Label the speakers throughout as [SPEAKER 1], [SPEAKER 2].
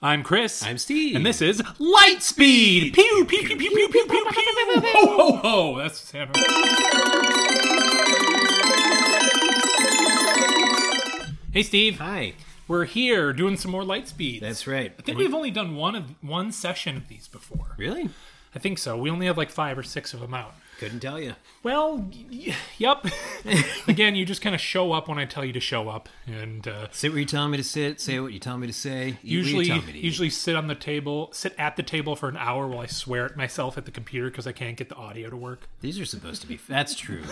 [SPEAKER 1] I'm Chris.
[SPEAKER 2] I'm Steve.
[SPEAKER 1] And this is Lightspeed. Pew, pew, pew, pew, pew, pew, pew, pew. Ho, ho, ho. That's Sam. Hey, Steve.
[SPEAKER 2] Hi.
[SPEAKER 1] We're here doing some more Lightspeed.
[SPEAKER 2] That's right.
[SPEAKER 1] I think we've only done one of one session of these before.
[SPEAKER 2] Really?
[SPEAKER 1] I think so. We only have like five or six of them out.
[SPEAKER 2] Couldn't tell you.
[SPEAKER 1] Well, y- y- yep. Again, you just kind of show up when I tell you to show up, and uh,
[SPEAKER 2] Sit where you tell me to sit. Say what you tell me to say. eat where
[SPEAKER 1] usually
[SPEAKER 2] you tell me to eat.
[SPEAKER 1] usually sit on the table sit at the table for an hour while i swear at myself at the computer because i can't get the audio to work
[SPEAKER 2] These are supposed to be. That's true.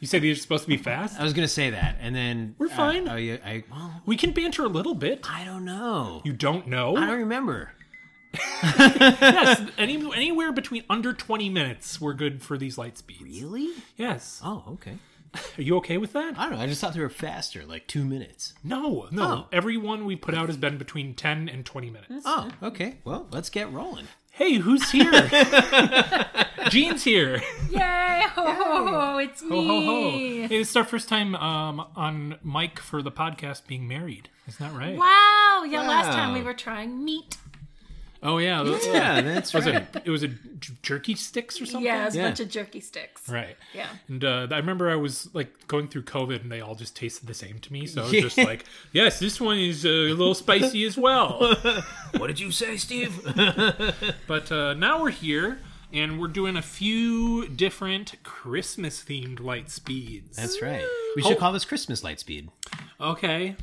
[SPEAKER 1] you say these are supposed to be fast
[SPEAKER 2] I was gonna say that, and then
[SPEAKER 1] We're fine.
[SPEAKER 2] oh yeah. I well,
[SPEAKER 1] we can banter a little bit
[SPEAKER 2] I don't know.
[SPEAKER 1] you don't
[SPEAKER 2] I
[SPEAKER 1] know
[SPEAKER 2] don't remember.
[SPEAKER 1] yes any, anywhere between under 20 minutes we're good for these light speeds
[SPEAKER 2] Really?
[SPEAKER 1] yes
[SPEAKER 2] Oh, okay.
[SPEAKER 1] are you okay with that
[SPEAKER 2] I don't know. I just thought they were faster, like two minutes.
[SPEAKER 1] no no every one we put out has been between 10 and 20 minutes
[SPEAKER 2] Oh, okay. Well, let's get rolling.
[SPEAKER 1] hey who's here gene's here
[SPEAKER 3] Yay! Ho, ho, ho, it's me.
[SPEAKER 1] Ho ho ho! Hey, it's our first time um, on mic for the podcast being married. Is that right?
[SPEAKER 3] Wow! Yeah, last time
[SPEAKER 2] Wow.
[SPEAKER 3] we were trying meat.
[SPEAKER 1] Oh yeah, that's-
[SPEAKER 2] Yeah, that's
[SPEAKER 1] was
[SPEAKER 2] right.
[SPEAKER 1] it, it was a j- jerky sticks or something.
[SPEAKER 3] Yeah, it was
[SPEAKER 2] Yeah.
[SPEAKER 3] a bunch of jerky sticks.
[SPEAKER 1] Right.
[SPEAKER 3] Yeah.
[SPEAKER 1] And uh, I remember I was like going through COVID, and they all just tasted the same to me. So I was just like, "Yes, this one is uh, a little spicy as well."
[SPEAKER 2] What did you say, Steve?
[SPEAKER 1] But uh, now we're here, and we're doing a few different Christmas-themed light speeds.
[SPEAKER 2] That's right. We should call this Christmas light speed.
[SPEAKER 1] okay,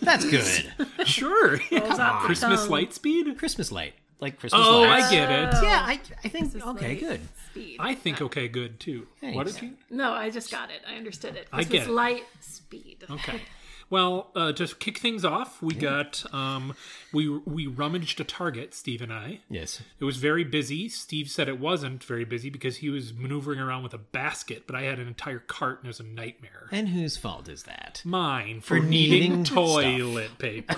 [SPEAKER 2] That's good.
[SPEAKER 1] sure.
[SPEAKER 3] Rolls off the
[SPEAKER 1] Christmas
[SPEAKER 3] tongue.
[SPEAKER 1] light speed.
[SPEAKER 2] Christmas light, like Christmas
[SPEAKER 1] Oh,
[SPEAKER 2] lights.
[SPEAKER 1] I get it.
[SPEAKER 2] Yeah, I, I think. okay,
[SPEAKER 3] light.
[SPEAKER 2] good.
[SPEAKER 3] Speed.
[SPEAKER 1] I think okay, good too. What
[SPEAKER 2] Thanks.
[SPEAKER 1] did you?
[SPEAKER 3] no, I just got it. I understood it. This
[SPEAKER 1] get
[SPEAKER 3] was
[SPEAKER 1] it.
[SPEAKER 3] light speed.
[SPEAKER 1] Okay. Well, uh, just kick things off. We got um, we we rummaged a Target, Steve and I.
[SPEAKER 2] Yes.
[SPEAKER 1] It was very busy. Steve said it wasn't very busy because he was maneuvering around with a basket, but I had an entire cart and it was a nightmare.
[SPEAKER 2] And whose fault is that?
[SPEAKER 1] Mine for,
[SPEAKER 2] needing
[SPEAKER 1] needing toilet paper.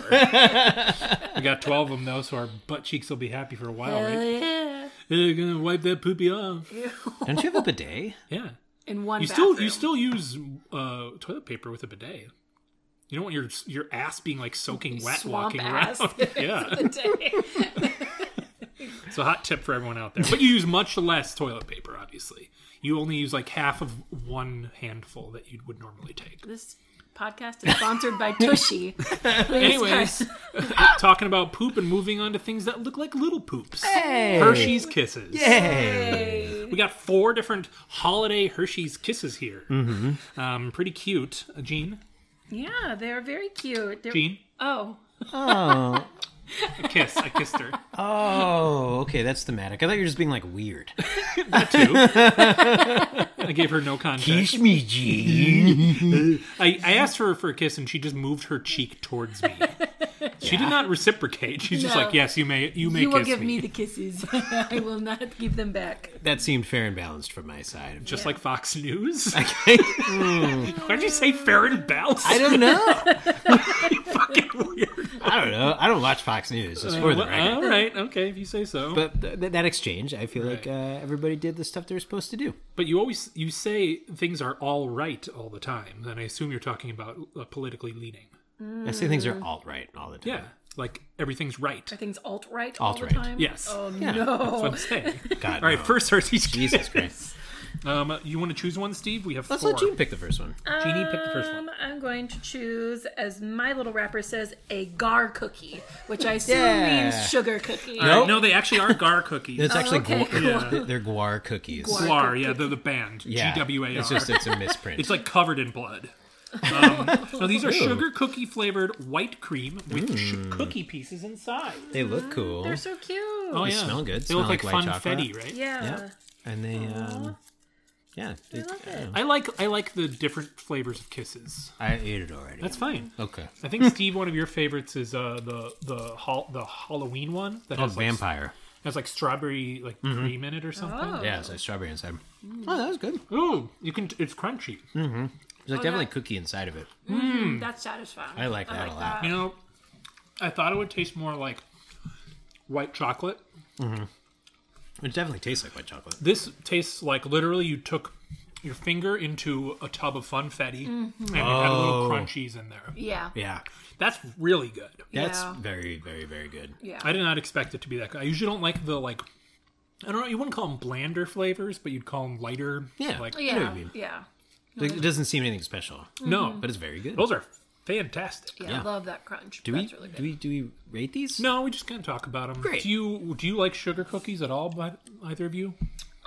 [SPEAKER 1] we got twelve of them though, so our butt cheeks will be happy for a while.
[SPEAKER 3] Hell
[SPEAKER 1] Right?
[SPEAKER 3] yeah.
[SPEAKER 1] They're gonna wipe that poopy off.
[SPEAKER 2] Don't you have a bidet?
[SPEAKER 1] Yeah.
[SPEAKER 3] In one
[SPEAKER 1] You
[SPEAKER 3] bathroom.
[SPEAKER 1] still you still use uh, toilet paper with a bidet. You don't want your your ass being like soaking wet
[SPEAKER 3] swamp
[SPEAKER 1] walking
[SPEAKER 3] ass.
[SPEAKER 1] around. yeah.
[SPEAKER 3] Today.
[SPEAKER 1] So hot tip for everyone out there. But you use much less toilet paper, obviously. You only use like half of one handful that you would normally take.
[SPEAKER 3] this podcast is sponsored by Tushy. Thanks,
[SPEAKER 1] Anyways,
[SPEAKER 3] guys.
[SPEAKER 1] talking about poop and moving on to things that look like little poops.
[SPEAKER 2] Hey.
[SPEAKER 1] Hershey's Kisses.
[SPEAKER 2] Hey.
[SPEAKER 1] We got four different holiday Hershey's Kisses here. Mm-hmm. Um, pretty cute. Uh, Jean?
[SPEAKER 3] Yeah, they're very cute. They're-
[SPEAKER 1] Jean?
[SPEAKER 3] Oh,
[SPEAKER 2] Oh.
[SPEAKER 1] A kiss. I kissed her.
[SPEAKER 2] Oh, okay, that's thematic. I thought you were just being like weird.
[SPEAKER 1] too. I gave her no context.
[SPEAKER 2] me, Gene.
[SPEAKER 1] I, I asked her for a kiss, and she just moved her cheek towards me. She did not reciprocate. She's just
[SPEAKER 3] No.
[SPEAKER 1] like, "Yes, you may, you may
[SPEAKER 3] you will
[SPEAKER 1] kiss
[SPEAKER 3] give
[SPEAKER 1] me.
[SPEAKER 3] me the kisses. I will not give them back.
[SPEAKER 2] That seemed fair and balanced from my side.
[SPEAKER 1] Just like Fox News.
[SPEAKER 2] I
[SPEAKER 1] Why'd you say fair and balanced?
[SPEAKER 2] don't know.
[SPEAKER 1] fucking weird.
[SPEAKER 2] I don't know. I don't watch Fox News. It's for the
[SPEAKER 1] Well,
[SPEAKER 2] record.
[SPEAKER 1] all right, okay, if you say so. But,
[SPEAKER 2] But th- th- that exchange, I feel like uh, everybody did the stuff they were supposed to do.
[SPEAKER 1] you always you say things are all right all the time, and I assume you're talking about uh, politically leaning.
[SPEAKER 2] I say things are alt right all the time.
[SPEAKER 1] Yeah, like everything's right.
[SPEAKER 3] Everything's alt right all the
[SPEAKER 2] Alt-right,
[SPEAKER 3] time.
[SPEAKER 1] yes.
[SPEAKER 3] Oh
[SPEAKER 2] Yeah.
[SPEAKER 1] That's
[SPEAKER 3] no.
[SPEAKER 1] what I'm saying.
[SPEAKER 2] God,
[SPEAKER 1] All right,
[SPEAKER 2] no.
[SPEAKER 1] first Hershey's
[SPEAKER 2] Jesus
[SPEAKER 1] Kisses.
[SPEAKER 2] Christ.
[SPEAKER 1] Um, you want to choose one, Steve? We have
[SPEAKER 2] Let's
[SPEAKER 1] four.
[SPEAKER 2] let Gene pick the first one.
[SPEAKER 1] Jeannie, pick the first one.
[SPEAKER 3] Um, I'm going to choose, as my little rapper says, a gar cookie, which I assume
[SPEAKER 2] Yeah.
[SPEAKER 3] means sugar cookie.
[SPEAKER 1] All right,
[SPEAKER 2] Nope.
[SPEAKER 1] No, they actually are Gar cookies.
[SPEAKER 2] It's actually
[SPEAKER 3] Oh, okay,
[SPEAKER 2] guar-
[SPEAKER 3] cool.
[SPEAKER 2] th- they're guar cookies.
[SPEAKER 3] Guar.
[SPEAKER 1] Gwar, yeah, they're the band.
[SPEAKER 2] Yeah.
[SPEAKER 1] GWAR.
[SPEAKER 2] It's
[SPEAKER 1] It's,
[SPEAKER 2] just it's a misprint.
[SPEAKER 1] like covered in blood. Um, so these are sugar cookie flavored white cream with sh- cookie pieces inside.
[SPEAKER 2] Mm. they look cool.
[SPEAKER 3] They're so cute.
[SPEAKER 1] Oh
[SPEAKER 2] They
[SPEAKER 1] yeah,
[SPEAKER 2] smell good.
[SPEAKER 1] They
[SPEAKER 2] Smell
[SPEAKER 1] look like,
[SPEAKER 2] like white
[SPEAKER 1] funfetti, right?
[SPEAKER 3] yeah.
[SPEAKER 2] Yeah. And they, um, yeah. I love it.
[SPEAKER 1] I like I like the different flavors of kisses.
[SPEAKER 2] I ate it already.
[SPEAKER 1] That's fine.
[SPEAKER 2] okay.
[SPEAKER 1] I think Steve, one of your favorites is uh, the the hol- the Halloween one that
[SPEAKER 2] Oh,
[SPEAKER 1] has like,
[SPEAKER 2] vampire. Mm-hmm.
[SPEAKER 1] has like strawberry like cream in it or something.
[SPEAKER 3] Oh.
[SPEAKER 2] Yeah, it's like strawberry inside. Oh, that was good.
[SPEAKER 1] Ooh, you can it's crunchy.
[SPEAKER 2] There's like definitely cookie inside of it.
[SPEAKER 3] That's satisfying.
[SPEAKER 2] Oh, Hmm. I like that a lot.
[SPEAKER 1] You know, I thought it would taste more like white chocolate.
[SPEAKER 2] It definitely tastes like white chocolate.
[SPEAKER 1] This tastes like literally you took your finger into a tub of funfetti and you had little crunchies in there.
[SPEAKER 3] Yeah.
[SPEAKER 2] Yeah.
[SPEAKER 1] That's really good.
[SPEAKER 2] That's
[SPEAKER 3] Yeah.
[SPEAKER 2] very, very, very good.
[SPEAKER 3] Yeah.
[SPEAKER 1] I did not expect it to be that good. I usually don't like the like. I don't know. You wouldn't call them blander flavors, but you'd call them lighter.
[SPEAKER 2] Yeah.
[SPEAKER 1] Like
[SPEAKER 2] I know what
[SPEAKER 3] yeah.
[SPEAKER 2] you mean.
[SPEAKER 3] Yeah.
[SPEAKER 2] Like, it doesn't seem anything special,
[SPEAKER 1] no,
[SPEAKER 2] but it's very good.
[SPEAKER 1] those are fantastic.
[SPEAKER 3] Yeah.
[SPEAKER 2] Yeah.
[SPEAKER 3] I love that crunch.
[SPEAKER 2] do we
[SPEAKER 3] That's really good.
[SPEAKER 2] do we do we rate these?
[SPEAKER 1] No, we just kind of talk about them.
[SPEAKER 2] Great.
[SPEAKER 1] Do you do you like sugar cookies at all? By either of you?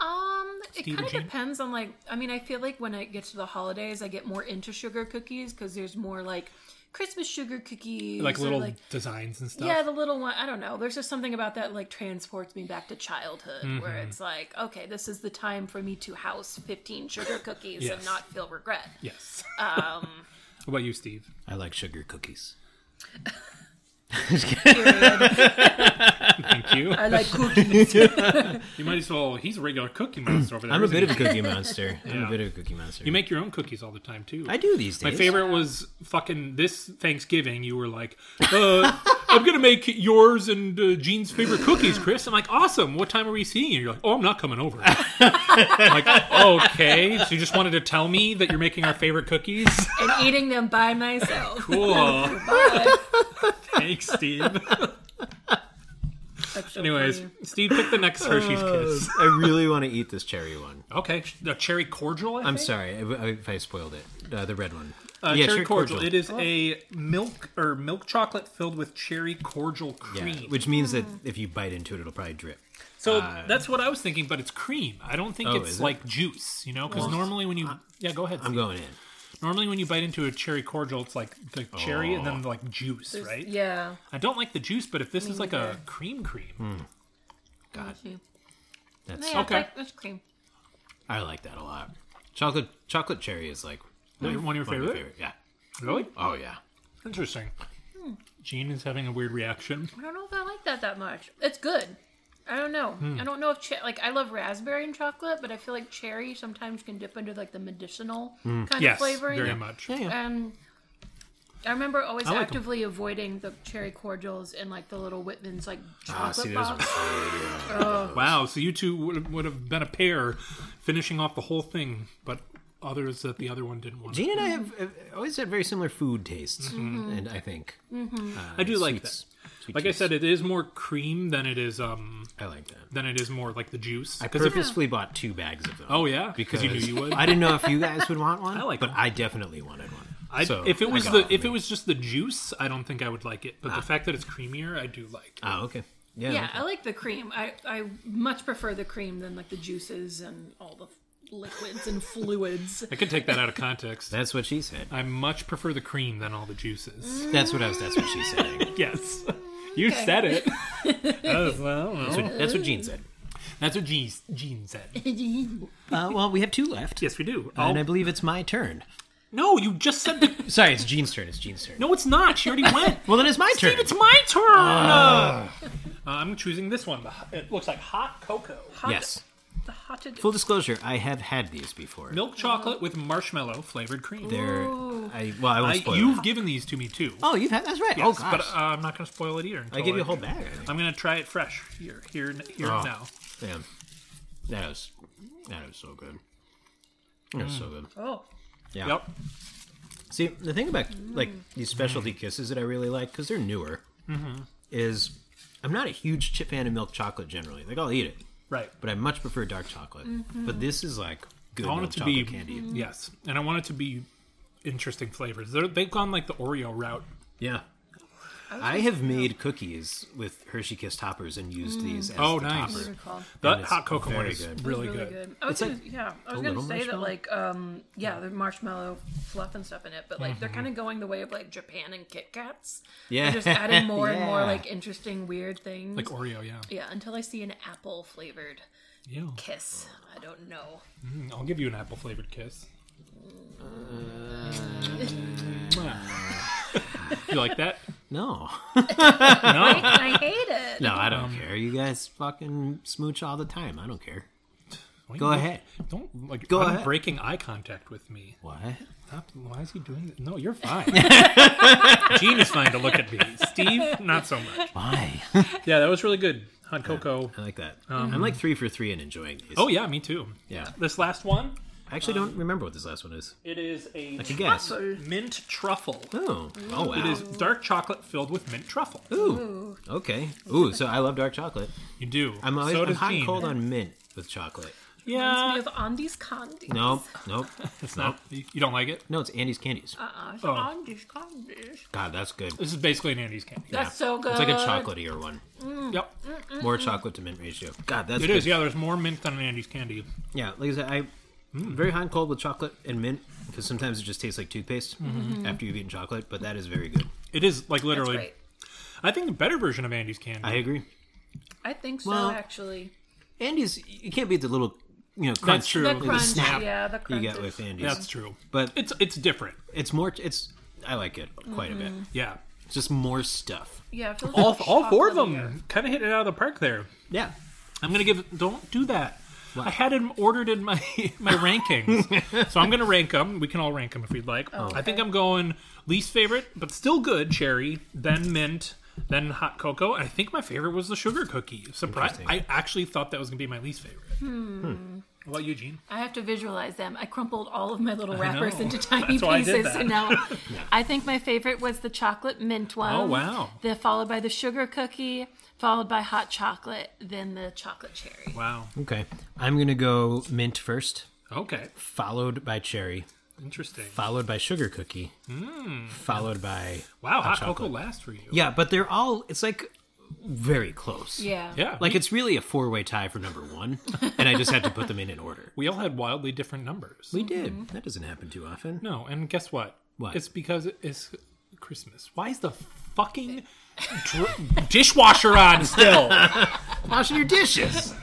[SPEAKER 3] Um, it
[SPEAKER 1] Steve
[SPEAKER 3] kind
[SPEAKER 1] and
[SPEAKER 3] of
[SPEAKER 1] Jean?
[SPEAKER 3] depends on like. I mean, I feel like when I get to the holidays, I get more into sugar cookies because there's more like Christmas sugar cookies,
[SPEAKER 1] Like
[SPEAKER 3] or,
[SPEAKER 1] little designs and stuff.
[SPEAKER 3] yeah, the little one. I don't know. There's just something about that like transports me back to childhood, where
[SPEAKER 1] Mm-hmm.
[SPEAKER 3] it's like, okay, this is the time for me to house 15 sugar cookies
[SPEAKER 1] Yes.
[SPEAKER 3] and not feel regret.
[SPEAKER 1] yes. Um. How about you, Steve?
[SPEAKER 2] I like sugar cookies.
[SPEAKER 3] Period.
[SPEAKER 1] Thank you.
[SPEAKER 3] I like cookies.
[SPEAKER 1] you might as well. He's a regular cookie monster over there.
[SPEAKER 2] I'm a
[SPEAKER 1] isn't
[SPEAKER 2] bit of
[SPEAKER 1] he?
[SPEAKER 2] a cookie monster. I'm
[SPEAKER 1] Yeah.
[SPEAKER 2] a bit of a cookie monster.
[SPEAKER 1] You make your own cookies all the time too.
[SPEAKER 2] I do these days.
[SPEAKER 1] My favorite was fucking this Thanksgiving. You were like, uh, "I'm gonna make yours and uh, Gene's favorite cookies, Chris." I'm like, "Awesome! What time are we seeing you?" You're like, "Oh, I'm not coming over." I'm like, "Okay, so you just wanted to tell me that you're making our favorite cookies?"
[SPEAKER 3] and eating them by myself.
[SPEAKER 1] Cool. Thanks, Steve.
[SPEAKER 3] That's so
[SPEAKER 1] Anyways,
[SPEAKER 3] funny.
[SPEAKER 1] Steve picked the next Hershey's
[SPEAKER 2] Uh,
[SPEAKER 1] Kiss.
[SPEAKER 2] I really want to eat this cherry one.
[SPEAKER 1] Okay, the cherry cordial. I
[SPEAKER 2] I'm
[SPEAKER 1] think?
[SPEAKER 2] sorry if I- if I spoiled it. Uh, the red one.
[SPEAKER 1] Uh, cherry cordial. It is
[SPEAKER 3] Oh.
[SPEAKER 1] a milk or milk chocolate filled with cherry cordial
[SPEAKER 2] Yeah,
[SPEAKER 1] cream.
[SPEAKER 2] which means that if you bite into it, it'll probably drip.
[SPEAKER 1] So that's what I was thinking, but it's cream. I don't think
[SPEAKER 2] Oh,
[SPEAKER 1] it's
[SPEAKER 2] is it?
[SPEAKER 1] like juice, you know, because normally when you yeah, go ahead.
[SPEAKER 2] I'm
[SPEAKER 1] Steve.
[SPEAKER 2] going in.
[SPEAKER 1] Normally when you bite into a cherry cordial, it's like the cherry and
[SPEAKER 2] Oh.
[SPEAKER 1] then like juice, right?
[SPEAKER 3] Yeah.
[SPEAKER 1] I don't like the juice, but if this is like a
[SPEAKER 3] neither.
[SPEAKER 1] cream cream,
[SPEAKER 2] Hmm.
[SPEAKER 3] God. Yeah,
[SPEAKER 2] That's
[SPEAKER 3] it's
[SPEAKER 1] Okay.
[SPEAKER 3] like- it's cream.
[SPEAKER 2] I like that a lot. Chocolate chocolate cherry is like
[SPEAKER 1] One of your favorite?
[SPEAKER 2] Yeah.
[SPEAKER 1] really
[SPEAKER 2] Oh yeah.
[SPEAKER 1] interesting.
[SPEAKER 3] Hmm.
[SPEAKER 1] Gene is having a weird reaction.
[SPEAKER 3] I don't know if I like that that much. It's good. I don't know.
[SPEAKER 1] Hmm.
[SPEAKER 3] I don't know if ch- like I love raspberry and chocolate, but I feel like cherry sometimes can dip into like the medicinal kind
[SPEAKER 1] Hmm. Yes,
[SPEAKER 3] of flavoring.
[SPEAKER 1] very much.
[SPEAKER 3] And Um, I remember always
[SPEAKER 1] I like 'em.
[SPEAKER 3] actively avoiding the cherry cordials and like the little Whitman's like
[SPEAKER 2] Ah,
[SPEAKER 3] chocolate
[SPEAKER 2] see, those
[SPEAKER 3] box.
[SPEAKER 2] are
[SPEAKER 1] Wow, so you two would, would have been a pair, finishing off the whole thing, but others that the other one didn't want.
[SPEAKER 2] Gene and I have, have always had very similar food tastes, and I think
[SPEAKER 1] Mm-hmm. I do like that.
[SPEAKER 2] sweets- sweet
[SPEAKER 1] Like I
[SPEAKER 2] treats.
[SPEAKER 1] said, it is more cream than it is um
[SPEAKER 2] I like that.
[SPEAKER 1] than it is more like the juice.
[SPEAKER 2] I
[SPEAKER 1] 'Cause if-
[SPEAKER 2] purposefully bought two bags of them.
[SPEAKER 1] Oh yeah,
[SPEAKER 2] because
[SPEAKER 1] you knew you would.
[SPEAKER 2] I didn't know if you guys would want one. I
[SPEAKER 1] like
[SPEAKER 2] like, but
[SPEAKER 1] them.
[SPEAKER 2] I definitely wanted one.
[SPEAKER 1] I,
[SPEAKER 2] So,
[SPEAKER 1] if it
[SPEAKER 2] I
[SPEAKER 1] was
[SPEAKER 2] got
[SPEAKER 1] the
[SPEAKER 2] one.
[SPEAKER 1] if it was just the juice, I don't think I would like it. But the fact that it's creamier, I do like.
[SPEAKER 2] oh okay, yeah,
[SPEAKER 3] Yeah, I like the cream. I I much prefer the cream than like the juices and all the liquids and fluids.
[SPEAKER 1] I could take that out of context.
[SPEAKER 2] that's what she said.
[SPEAKER 1] I much prefer the cream than all the juices.
[SPEAKER 2] That's what I was. That's what she said.
[SPEAKER 1] Yes, you said it. Oh, well, well.
[SPEAKER 2] That's what, that's what Gene said.
[SPEAKER 1] That's what Gene, Gene said.
[SPEAKER 2] Uh, well, we have two left,
[SPEAKER 1] Yes, we do.
[SPEAKER 2] and
[SPEAKER 1] I'll-
[SPEAKER 2] I believe it's my turn.
[SPEAKER 1] no, you just said the.
[SPEAKER 2] Sorry, it's Gene's turn. It's Gene's turn.
[SPEAKER 1] No, it's not. She already went.
[SPEAKER 2] Well, then it's my turn.
[SPEAKER 1] It's my turn. Uh, I'm choosing this one. The ho- It looks like hot cocoa.
[SPEAKER 3] Hot-
[SPEAKER 2] yes.
[SPEAKER 3] The hotted
[SPEAKER 2] Full disclosure, I have had these before.
[SPEAKER 1] Milk chocolate with marshmallow flavored cream.
[SPEAKER 2] They're I well, I won't
[SPEAKER 1] I,
[SPEAKER 2] spoil.
[SPEAKER 1] you've
[SPEAKER 2] it.
[SPEAKER 1] given these to me too.
[SPEAKER 2] Oh, you've had that's right. oh
[SPEAKER 1] Yes,
[SPEAKER 2] gosh,
[SPEAKER 1] but uh, I'm not going to spoil it either.
[SPEAKER 2] I
[SPEAKER 1] until
[SPEAKER 2] gave you a whole bag. I think.
[SPEAKER 1] I'm gonna try it fresh here, here, and- here
[SPEAKER 2] Oh.
[SPEAKER 1] and now.
[SPEAKER 2] Damn, that was that was so good. That was so good.
[SPEAKER 3] Oh.
[SPEAKER 2] Yeah.
[SPEAKER 1] Yep.
[SPEAKER 2] See, the thing about like these specialty kisses that I really like because they're newer Mm-hmm. is I'm not a huge chip fan of milk chocolate generally. Like I'll eat it,
[SPEAKER 1] Right.
[SPEAKER 2] but I much prefer dark chocolate. But this is like good
[SPEAKER 1] I want
[SPEAKER 2] milk
[SPEAKER 1] it to
[SPEAKER 2] chocolate
[SPEAKER 1] be Mm-hmm.
[SPEAKER 2] candy.
[SPEAKER 1] yes, and I want it to be interesting flavors. They're, they've gone like the Oreo route.
[SPEAKER 2] Yeah. I have made cookies with Hershey Kiss toppers and used these as
[SPEAKER 1] Oh,
[SPEAKER 2] the
[SPEAKER 1] nice.
[SPEAKER 2] topper.
[SPEAKER 3] They're called.
[SPEAKER 1] That
[SPEAKER 2] it's
[SPEAKER 1] hot cocoa one
[SPEAKER 2] very
[SPEAKER 1] is
[SPEAKER 2] good.
[SPEAKER 1] really,
[SPEAKER 3] really
[SPEAKER 1] good.
[SPEAKER 3] good. I was
[SPEAKER 2] It's
[SPEAKER 3] gonna,
[SPEAKER 2] like
[SPEAKER 3] yeah, I
[SPEAKER 2] a
[SPEAKER 3] was gonna
[SPEAKER 2] little
[SPEAKER 3] say that
[SPEAKER 2] marshmallow.
[SPEAKER 3] like um yeah, the marshmallow fluff and stuff in it, but like they're kind of going the way of like Japan and Kit Kats. They're
[SPEAKER 2] Mm-hmm. Yeah.
[SPEAKER 3] just adding more and more
[SPEAKER 2] Yeah.
[SPEAKER 3] like interesting weird things.
[SPEAKER 1] Like Oreo, yeah.
[SPEAKER 3] yeah, until I see an apple flavored
[SPEAKER 1] Yeah.
[SPEAKER 3] kiss. I don't know.
[SPEAKER 1] Mm, I'll give you an apple flavored kiss.
[SPEAKER 2] Uh,
[SPEAKER 1] you like that?
[SPEAKER 2] No,
[SPEAKER 1] No.
[SPEAKER 3] I hate it.
[SPEAKER 2] no, I
[SPEAKER 1] Um,
[SPEAKER 2] don't care. You guys fucking smooch all the time. I don't care. Go
[SPEAKER 1] Don't-
[SPEAKER 2] ahead.
[SPEAKER 1] Don't like.
[SPEAKER 2] Go
[SPEAKER 1] I'm
[SPEAKER 2] ahead.
[SPEAKER 1] breaking eye contact with me.
[SPEAKER 2] What?
[SPEAKER 1] Stop. Why is he doing that? No, you're fine. Gene is fine to look at me. Steve, not so much.
[SPEAKER 2] Why?
[SPEAKER 1] Yeah, that was really good. Hot cocoa.
[SPEAKER 2] I like that. I'm like three for three in enjoying these.
[SPEAKER 1] Oh Um, yeah, me too.
[SPEAKER 2] yeah.
[SPEAKER 1] This last one,
[SPEAKER 2] I actually don't remember what this last one is.
[SPEAKER 1] It is a
[SPEAKER 2] I can guess.
[SPEAKER 3] Truffle.
[SPEAKER 1] mint truffle.
[SPEAKER 2] Oh, oh wow.
[SPEAKER 1] It is dark chocolate filled with mint truffle.
[SPEAKER 2] Ooh, okay. Ooh, so I love dark chocolate.
[SPEAKER 1] You do.
[SPEAKER 2] I'm always
[SPEAKER 1] so
[SPEAKER 2] I'm
[SPEAKER 1] does
[SPEAKER 2] hot and
[SPEAKER 1] Gene.
[SPEAKER 2] cold on mint with chocolate.
[SPEAKER 3] Reminds me
[SPEAKER 1] Yeah,
[SPEAKER 3] of Andes Candies.
[SPEAKER 2] Nope, nope,
[SPEAKER 1] it's not. You you don't like it.
[SPEAKER 2] no. It's Andy's candies.
[SPEAKER 3] Uh, it's
[SPEAKER 1] Oh.
[SPEAKER 3] Andes Candies.
[SPEAKER 2] God, that's good.
[SPEAKER 1] This is basically an Andes candy.
[SPEAKER 3] That's so good.
[SPEAKER 2] It's like a chocolatier one.
[SPEAKER 3] Mm.
[SPEAKER 1] Yep,
[SPEAKER 2] More chocolate to mint ratio. God, that's
[SPEAKER 1] it
[SPEAKER 2] good.
[SPEAKER 1] is. Yeah, there's more mint than an Andes candy.
[SPEAKER 2] Yeah, like I said, I very hot and cold with chocolate and mint because sometimes it just tastes like toothpaste after you've eaten chocolate, but that is very good.
[SPEAKER 1] It is like
[SPEAKER 3] That's
[SPEAKER 1] literally.
[SPEAKER 3] great.
[SPEAKER 1] I think the better version of Andes candy.
[SPEAKER 2] I agree.
[SPEAKER 3] I think so,
[SPEAKER 2] Well,
[SPEAKER 3] actually.
[SPEAKER 2] Andy's you can't beat the little you know crunch
[SPEAKER 1] true.
[SPEAKER 3] The
[SPEAKER 1] the
[SPEAKER 3] crunch,
[SPEAKER 2] snap
[SPEAKER 3] yeah, the
[SPEAKER 2] you
[SPEAKER 3] crunch.
[SPEAKER 2] get
[SPEAKER 3] is-
[SPEAKER 2] with Andy's.
[SPEAKER 1] That's true.
[SPEAKER 2] But
[SPEAKER 1] It's it's different.
[SPEAKER 2] it's more it's I like it quite a bit.
[SPEAKER 3] Mm-hmm.
[SPEAKER 1] Yeah.
[SPEAKER 2] It's just more stuff.
[SPEAKER 3] yeah, it feels
[SPEAKER 1] All,
[SPEAKER 3] like
[SPEAKER 1] all four of
[SPEAKER 3] chocolatier.
[SPEAKER 1] them kind of hit it out of the park there.
[SPEAKER 2] Yeah.
[SPEAKER 1] I'm gonna give. Don't do that. I had them ordered in my my rankings, so I'm gonna rank them. We can all rank them if we'd like.
[SPEAKER 2] Oh.
[SPEAKER 1] I think I'm going least favorite, but still good. Cherry, then mint, then hot cocoa. And I think my favorite was the sugar cookie. Surprise! I actually thought that was gonna be my least favorite. What about you, Gene?
[SPEAKER 3] I have to visualize them. I crumpled all of my little wrappers
[SPEAKER 1] know.
[SPEAKER 3] into tiny
[SPEAKER 1] That's why I did
[SPEAKER 3] pieces,
[SPEAKER 1] that.
[SPEAKER 3] and now I think my favorite was the chocolate mint one.
[SPEAKER 1] Oh, wow.
[SPEAKER 3] Then followed by the sugar cookie, followed by hot chocolate, then the chocolate cherry.
[SPEAKER 1] Wow.
[SPEAKER 2] Okay. I'm gonna go mint first,
[SPEAKER 1] Okay.
[SPEAKER 2] followed by cherry,
[SPEAKER 1] Interesting.
[SPEAKER 2] followed by sugar cookie, Mm. followed by
[SPEAKER 1] Wow. Hot,
[SPEAKER 2] chocolate.
[SPEAKER 1] cocoa last for you.
[SPEAKER 2] Yeah, but they're all it's like very close.
[SPEAKER 3] Yeah.
[SPEAKER 1] Yeah.
[SPEAKER 2] Like it's really a four way tie for number one, and I just had to put them in in order.
[SPEAKER 1] we all had wildly different numbers.
[SPEAKER 2] We did. That doesn't happen too often.
[SPEAKER 1] No, and guess what?
[SPEAKER 2] What?
[SPEAKER 1] It's because it's Christmas. Why is the fucking dr- dishwasher on still?
[SPEAKER 2] Washing your dishes.